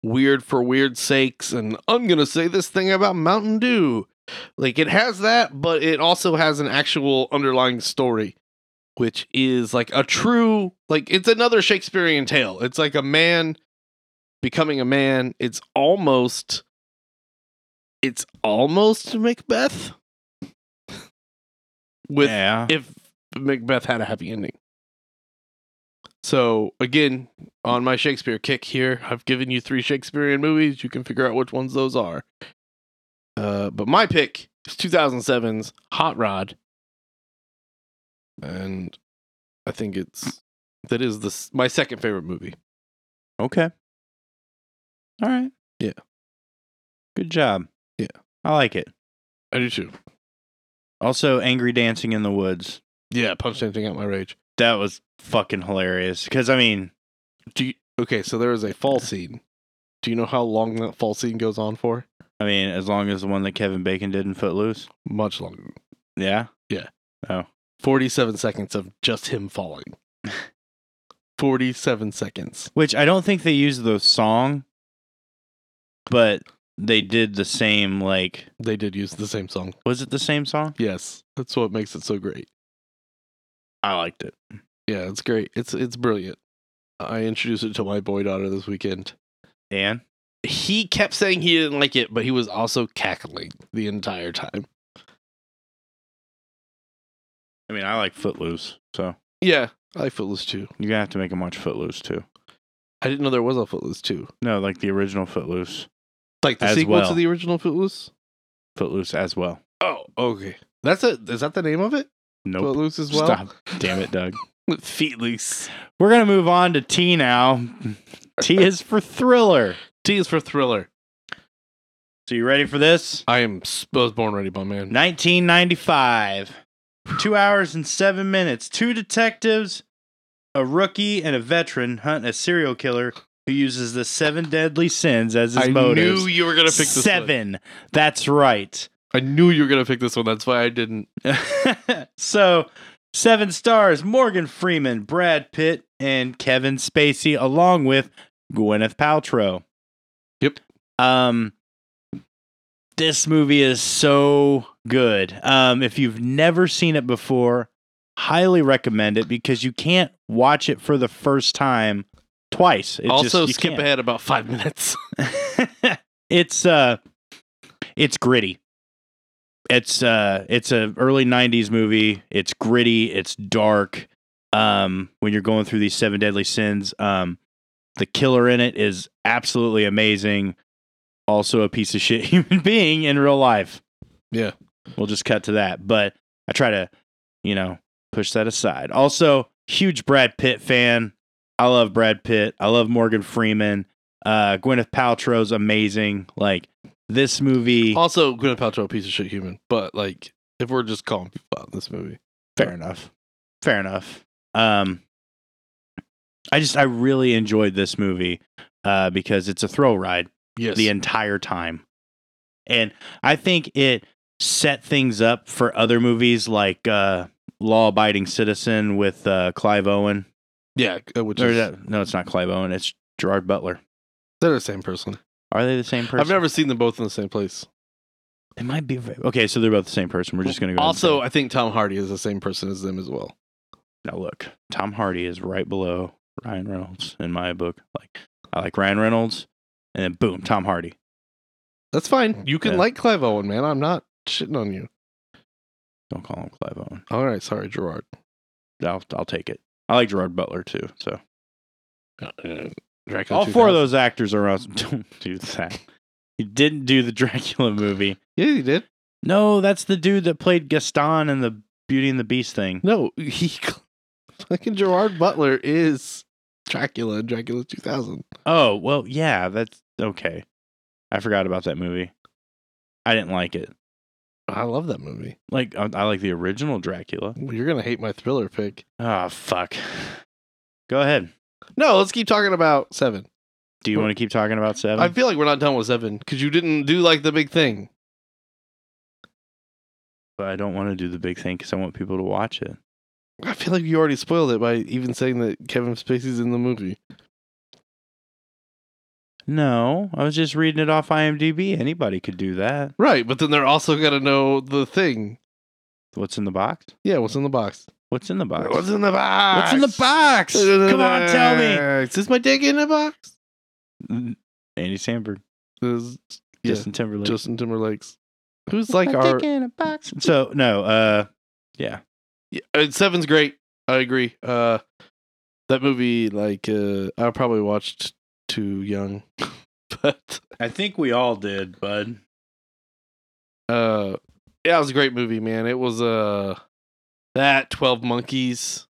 weird for weird sakes, and I'm gonna say this thing about Mountain Dew. Like it has that, but it also has an actual underlying story, which is like a true like it's another Shakespearean tale. It's like a man becoming a man it's almost it's almost macbeth with yeah. if macbeth had a happy ending so again on my shakespeare kick here i've given you three shakespearean movies you can figure out which ones those are uh, but my pick is 2007's hot rod and i think it's that is the s- my second favorite movie okay. All right. Yeah. Good job. Yeah. I like it. i do too Also, Angry Dancing in the Woods. yeah punch anything out my rage That was fucking hilarious. Because I mean, Do you, okay, so there is a fall scene. Do you know how long that fall scene goes on for? I mean, as long as the one that Kevin Bacon did in Footloose. Much longer. Yeah. 47 seconds of just him falling. 47 seconds. Which I don't think they used the song, but they did the same. Like, They did use the same song. was it the same song? Yes, that's what makes it so great. I liked it. Yeah, it's great. It's it's brilliant. I introduced it to my boy daughter this weekend. And He kept saying he didn't like it, but he was also cackling the entire time. I mean, I like Footloose, so Yeah, I like Footloose too. you're gonna have to make him watch Footloose too. I didn't know there was a Footloose too. No, like the original Footloose, Like the As sequel to well. the original Footloose? Footloose as well. Oh, okay. That's a is that the name of it? Nope. Footloose as well. Stop. Damn it, Doug. Feet loose. We're gonna move on to T now. T is for thriller. T is for thriller. So you ready for this? I am s- I was born ready, my man. 1995. Two hours and seven minutes. Two detectives, a rookie, and a veteran hunt a serial killer who uses the seven deadly sins as his I motives. knew you were gonna pick this One. seven. That's right. I knew you were gonna pick this one. That's why I didn't. so, seven stars Morgan Freeman, Brad Pitt, and Kevin Spacey, along with Gwyneth Paltrow. Yep. Um, this movie is so good. Um, if you've never seen it before, highly recommend it because you can't watch it for the first time twice. It also, just, you skip can't. ahead about five minutes. it's uh it's gritty it's uh it's a early 90s movie it's gritty it's dark um when you're going through these seven deadly sins um the killer in it is absolutely amazing also a piece of shit human being in real life Yeah. we'll just cut to that but i try to you know push that aside also huge brad pitt fan i love brad pitt i love morgan freeman uh gwyneth paltrow's amazing like this movie also, Gwyneth Paltrow, a piece of shit human. But like, if we're just calling people out in this movie, Fair enough. Fair enough. Um, I just I really enjoyed this movie uh, because it's a thrill ride yes, the entire time, and I think it set things up for other movies like uh, Law Abiding Citizen with uh, Clive Owen. yeah, uh, which Or is is that- no, it's not Clive Owen. It's Gerard Butler. they're the same person. Are they the same person? I've never seen them both in the same place. It might be. Okay, so they're both the same person. We're just gonna go. ahead and say Also, it. I think Tom Hardy is the same person as them as well. Now look, Tom Hardy is right below Ryan Reynolds in my book. Like I like Ryan Reynolds, and then boom, Tom Hardy. That's fine. You can Yeah. like Clive Owen, man. I'm not shitting on you. Don't call him Clive Owen. All right, sorry, Gerard. I'll I'll take it. I like Gerard Butler too. So Uh, Dracula all four of 2000. those actors are awesome. Don't do that. He didn't do the Dracula movie. Yeah, he did. No, that's the dude that played Gaston in the Beauty and the Beast thing. No, he fucking Gerard Butler is Dracula in Dracula 2000. Oh well, yeah, that's okay. I forgot about that movie. I didn't like it. I love that movie. Like I, I like the original Dracula. You're gonna hate my thriller pick. Oh fuck. Go ahead. No, let's keep talking about seven. Do you Well, want to keep talking about seven? I feel like we're not done with seven because you didn't do like the big thing. but I don't want to do the big thing because I want people to watch it. I feel like you already spoiled it by even saying that Kevin Spacey's in the movie. No, I was just reading it off IMDb. Anybody could do that. Right, but then they're also gonna know the thing. What's in the box? Yeah, what's in the box? What's in the box? What's in the box? What's in the box? What's in the Come on, tell me. box? Is my dick in the box? Andy Samberg, Is Yeah. Justin Timberlake. Justin Timberlake's? Who's Is like my our dick in a box. So no, uh, yeah, Yeah, uh, seven's great. I agree. Uh, that movie, like, uh, I probably watched too young, but I think we all did, bud. uh, yeah, it was a great movie, man. It was uh, that Twelve Monkeys,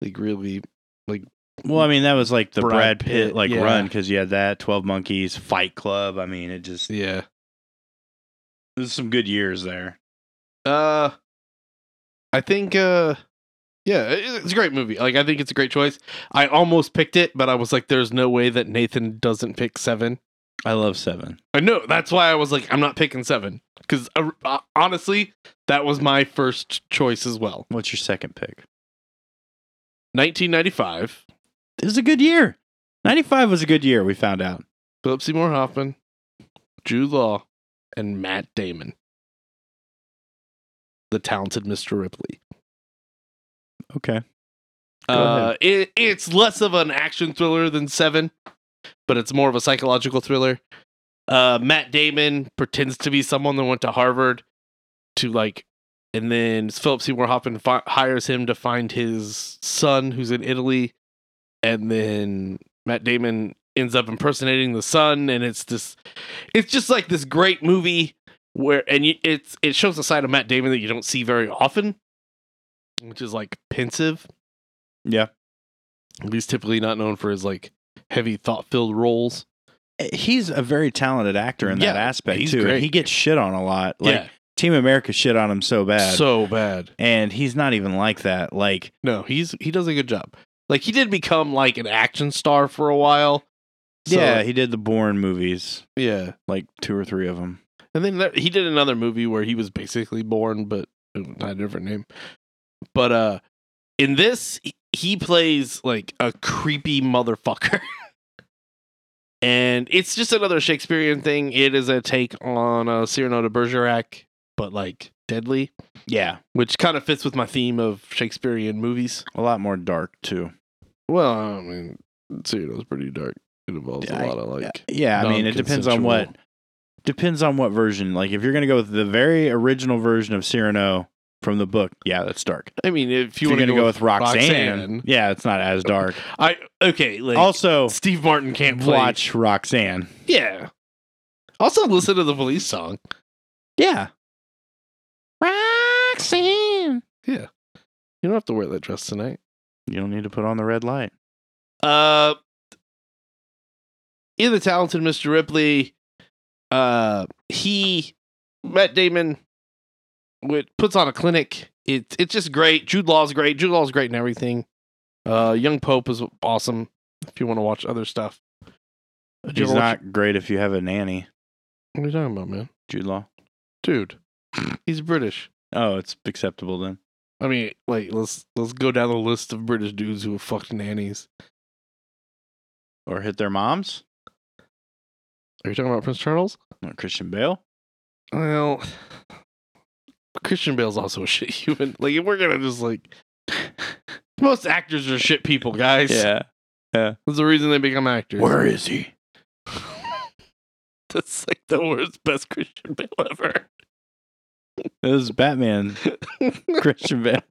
like really, Well, I mean, that was like the Brad Brad, Pitt, Pitt, like yeah. run because you had that Twelve Monkeys, Fight Club. I mean, it just yeah. there's some good years there. Uh, I think, uh, yeah, it- it's a great movie. Like, I think it's a great choice. I almost picked it, but I was like, there's no way that Nathan doesn't pick Seven. I love Seven. I know. That's why I was like, I'm not picking seven. Because uh, uh, honestly, that was my first choice as well. What's your second pick? 1995, It was a good year. 95 was a good year, we found out. Philip Seymour Hoffman, Jude Law, and Matt Damon. The talented Mr. Ripley. Okay. Go Uh, it, it's less of an action thriller than Seven, but it's more of a psychological thriller. Uh, Matt Damon pretends to be someone that went to Harvard to like, and then Philip Seymour Hoffman fi- hires him to find his son who's in Italy, and then Matt Damon ends up impersonating the son, and it's this, it's just like this great movie where, and you, it's it shows a side of Matt Damon that you don't see very often, which is like pensive Yeah. He's typically not known for his like heavy thought filled roles. He's a very talented actor in Yeah, that aspect he's too. and great. He gets shit on a lot. Like Team America shit on him so bad. so bad. and he's not even like that. Like No, he's he does a good job. Like he did become like an action star for a while. So, yeah, he did the Bourne movies, yeah. like two or three of them. And then there, he did another movie where he was basically born, but it had a different name. But uh, in this, he- he plays like a creepy motherfucker. and it's just another Shakespearean thing. It is a take on uh, Cyrano de Bergerac, but like deadly, Yeah, which kind of fits with my theme of Shakespearean movies. a lot more dark too. Well, I mean, Cyrano's pretty dark. It involves Yeah, I- a lot of like. Yeah, I mean it depends on what non-consensual- depends on what version. Like if you're gonna go with the very original version of Cyrano from the book, yeah, that's dark. I mean, if If you you're want to gonna go, go, with Roxanne, Roxanne. yeah, it's not as dark. I okay, like also, Steve Martin can't play. watch Roxanne. Yeah. Also, listen to the police song. Yeah, Roxanne. Yeah. You don't have to wear that dress tonight. you don't need to put on the red light. Uh, in the talented Mr. Ripley, uh, he Matt Damon, with puts on a clinic. It's it's just great. Jude Law's great. Jude Law's great and everything. Uh, Young Pope is awesome. If you want to watch other stuff, Did you He's ever watch- not great if you have a nanny, What are you talking about, man? Jude Law. Dude, he's British. Oh, it's acceptable then. I mean, like let's let's go down the list of British dudes who have fucked nannies. Or hit their moms. Are you talking about Prince Charles? Or Christian Bale. Well, Christian Bale's also a shit human. Like if we're gonna just like most actors are shit people, guys. that's the reason they become actors. is he? That's like the worst, best Christian Bale ever. It was Batman. Christian Bale.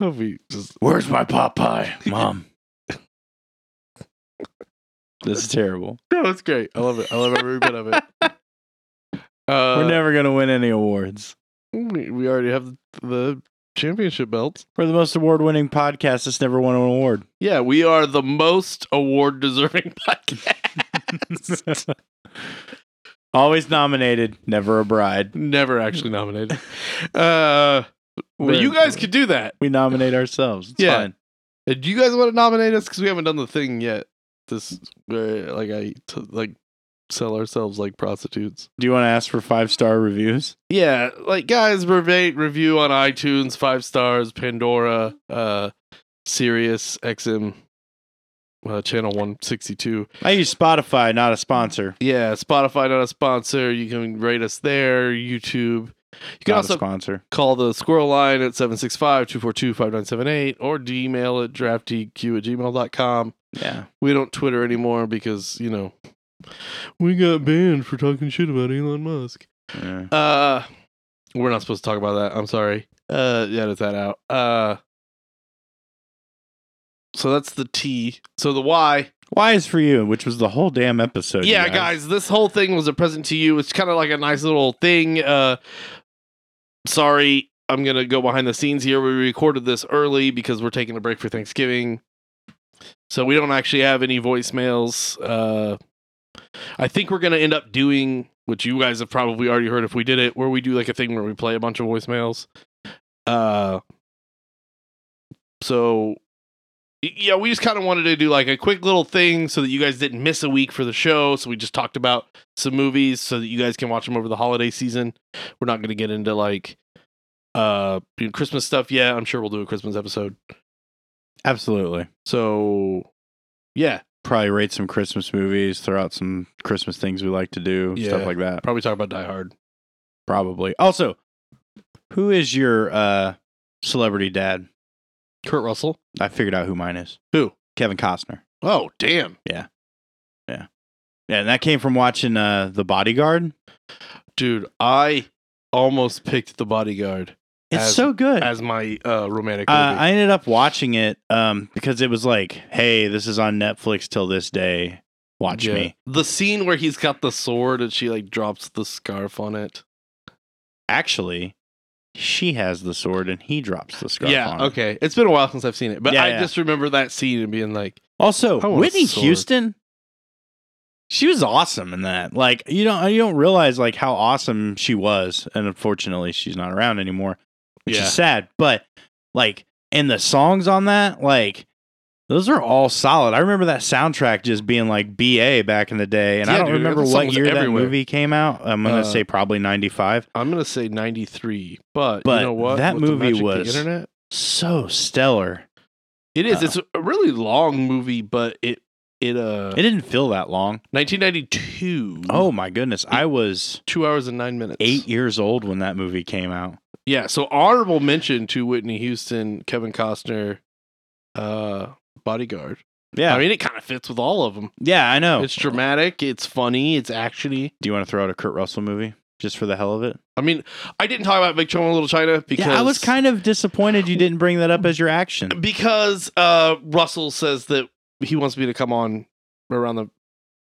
If we just Where's my pot pie? Mom. this is terrible. no, it's great. I love it. I love every bit of it. Uh, We're never going to win any awards. we, we already have the championship belts. We're the most award winning podcast that's never won an award. Yeah, we are the most award deserving podcast. Always nominated, never a bride. Never actually nominated. Uh, but We're- you guys could do that. We nominate ourselves. It's Yeah. fine. Uh, Do you guys want to nominate us? Because we haven't done the thing yet. This where like I t- like sell ourselves like prostitutes. Do you want to ask for five star reviews? Yeah, like guys, rate review on iTunes, five stars, Pandora, uh, Sirius XM, uh, channel one sixty two. I use Spotify, not a sponsor. Yeah, Spotify not a sponsor. You can rate us there. YouTube. You can not also a sponsor. call the squirrel line at 765-242-5978 or email at draftyq at gmail.com. Yeah. We don't Twitter anymore because, you know, we got banned for talking shit about Elon Musk. yeah. Uh we're not supposed to talk about that. I'm sorry. Uh yeah, edit that out. Uh so that's the T. So the Y. Why is for you, which was the whole damn episode. you yeah, guys, this whole thing was a present to you. It's kind of like a nice little thing. Uh, sorry, I'm gonna go behind the scenes here. We recorded this early because we're taking a break for Thanksgiving, so we don't actually have any voicemails. Uh, I think we're gonna end up doing which you guys have probably already heard if we did it, where we do like a thing where we play a bunch of voicemails. Uh, so yeah, we just kind of wanted to do like a quick little thing so that you guys didn't miss a week for the show. So we just talked about some movies so that you guys can watch them over the holiday season. We're not going to get into like uh you know, Christmas stuff yet. I'm sure we'll do a Christmas episode. Absolutely. So yeah, Probably rate some Christmas movies, throw out some Christmas things we like to do, Yeah. stuff like that. probably talk about Die Hard. Probably. Also, who is your uh celebrity dad? Kurt Russell. I figured out who mine is. Who? Kevin Costner. Oh, damn. Yeah, and that came from watching uh The Bodyguard. Dude, I almost picked The Bodyguard It's As- so good. as my uh romantic movie. Uh, I ended up watching it um, because it was like, hey, this is on Netflix till this day. Watch Yeah. me. The scene where he's got the sword and she like drops the scarf on it. Actually, she has the sword and he drops the scarf yeah, on her. okay. It's been a while since I've seen it, but Yeah, I yeah. just remember that scene and being like, Also, I want a Whitney sword. Houston, she was awesome in that. Like you don't you don't realize like how awesome she was, and unfortunately she's not around anymore, which Yeah. is sad. But like, and the songs on that, like those are all solid. I remember that soundtrack just being like BA back in the day, and I Yeah, don't dude, remember that song what was year everywhere. that movie came out. I'm gonna Uh, say probably ninety five. I'm gonna say 93, but, But you know what? that With the movie magic of the was- internet. So stellar. It is. uh, it's a really long movie, but it it uh It didn't feel that long. 1992. Oh my goodness, I was two hours and nine minutes. eight years old when that movie came out. Yeah. So honorable mention to Whitney Houston, Kevin Costner, uh, Bodyguard. Yeah, Oh. I mean, it kind of fits with all of them. yeah, I know. It's dramatic. It's funny. It's actiony. Do you want to throw out a Kurt Russell movie just for the hell of it? I mean, I didn't talk about Big Trouble in Little China because yeah, I was kind of disappointed you didn't bring that up as your action. because uh, Russell says that he wants me to come on around the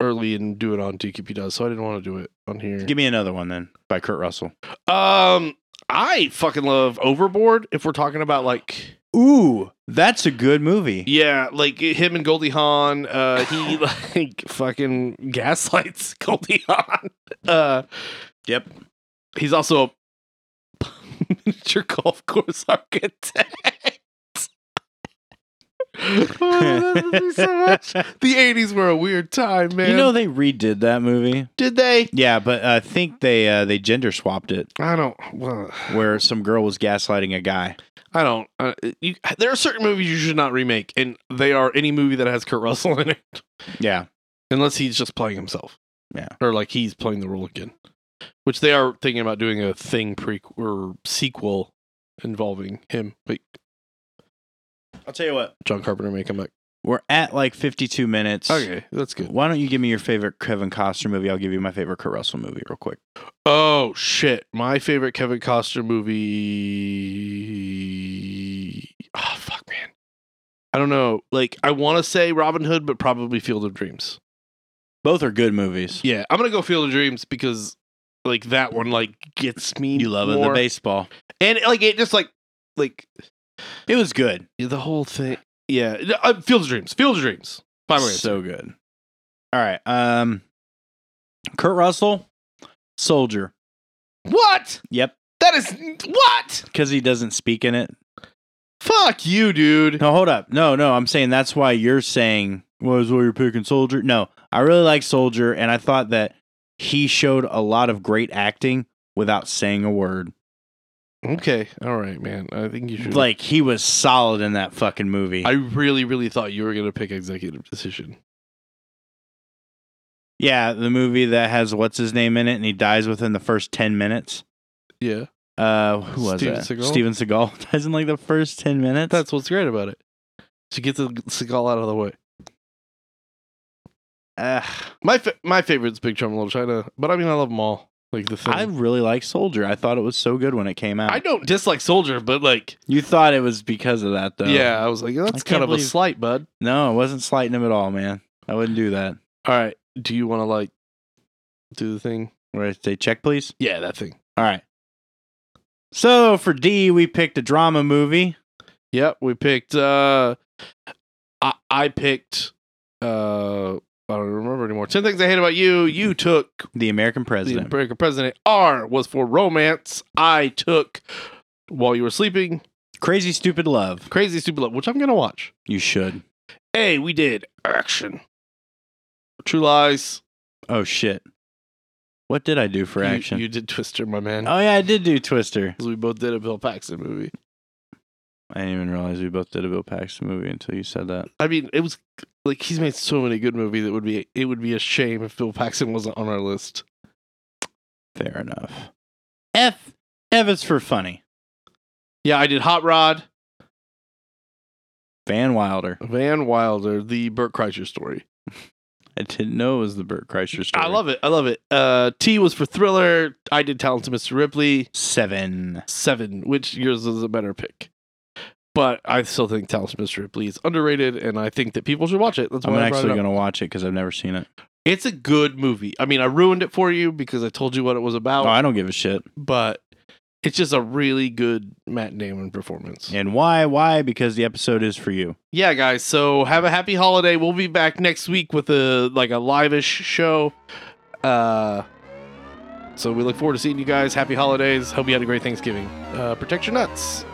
early and do it on TQP does. So I didn't want to do it on here. Give me another one then by Kurt Russell. Um, I fucking love Overboard. If we're talking about like Ooh, that's a good movie. Yeah, like eh, him and Goldie Hawn. Uh, he like fucking gaslights Goldie Hawn. Uh, Yep. he's also a miniature golf course architect. Oh, that was so much. The '80s were a weird time, man. You know they redid that movie. did they? Yeah, but I think they uh, they gender swapped it I don't. Well, where some girl was gaslighting a guy. I don't. Uh, you, there are certain movies you should not remake, and they are any movie that has Kurt Russell in it. Yeah. unless he's just playing himself. Yeah. or like he's playing the role again, which they are thinking about doing a thing pre or sequel involving him. Wait, I'll tell you what. John Carpenter may come back. We're at like 52 minutes. Okay, that's good. Why don't you give me your favorite Kevin Costner movie? I'll give you my favorite Kurt Russell movie real quick. Oh shit! My favorite Kevin Costner movie. Oh fuck, man. I don't know. Like I want to say Robin Hood, but probably Field of Dreams. Both are good movies. Yeah, I'm gonna go Field of Dreams because like that one like gets me. You love it, the more. baseball. and like it just like like It was good. Yeah, the whole thing. Yeah, no, uh, Field of Dreams. Field of Dreams. Final answer. so good. All right. Um Kurt Russell, soldier. What? Yep. That is what? Because he doesn't speak in it. Fuck you, dude. No, hold up. No, no, I'm saying that's why you're saying well, is why you're picking soldier. No, I really like soldier, and I thought that he showed a lot of great acting without saying a word. Okay, all right, man. I think you should. Like he was solid in that fucking movie. I really, really thought you were gonna pick Executive Decision. yeah, the movie that has what's his name in it, and he dies within the first ten minutes. Yeah, Uh, who was Steven that? Seagal? Steven Seagal dies in like the first ten minutes. that's what's great about it. To get the Seagal out of the way. Ugh. My fa- my favorite's Big Trouble in Little China, but I mean I love them all. Like the thing. I really like Soldier. I thought it was so good when it came out. I don't dislike Soldier, but like, you thought it was because of that, though. yeah, I was like, that's can't kind of believe- a slight, bud. No, I wasn't slighting him at all, man. I wouldn't do that. All right, do you want to like do the thing? Where I say check, please. Yeah, that thing. All right. So for D, we picked a drama movie. Yep, we picked uh I I picked uh I don't remember anymore. Ten things I hate about you. You took The American the Mm-hmm. President. American President. R was for romance. I took While You Were Sleeping, Crazy Stupid Love. Crazy Stupid Love, which I'm gonna watch. You should. A we did action. True Lies. Oh shit. What did I do for You- action? You, did Twister, my man. oh yeah, I did do Twister. 'Cause we both did a Bill Paxton movie. I didn't even realize we both did a Bill Paxton movie until you said that. I mean, it was like he's made so many good movies that would be it would be a shame if Bill Paxton wasn't on our list. Fair enough. F. F is for funny. Yeah, I did Hot Rod. Van Wilder. Van Wilder, the Burt Kreischer story. I didn't know it was the Burt Kreischer story. I love it. I love it. Uh, T was for Thriller. I did Talented Mr. Ripley. Seven. Seven, which yours is a better pick. But I still think Talented Mr. Ripley is underrated, and I think that people should watch it. That's why I'm I brought actually it up. going to watch it because I've never seen it. It's a good movie. I mean, I ruined it for you because I told you what it was Oh, about, I don't give a shit. but It's just a really good Matt Damon performance. And why? Why? Because the episode is for you. yeah guys so have a happy holiday we'll be back next week with a like a live-ish show uh so we look forward to seeing you guys happy holidays hope you had a great thanksgiving uh protect your nuts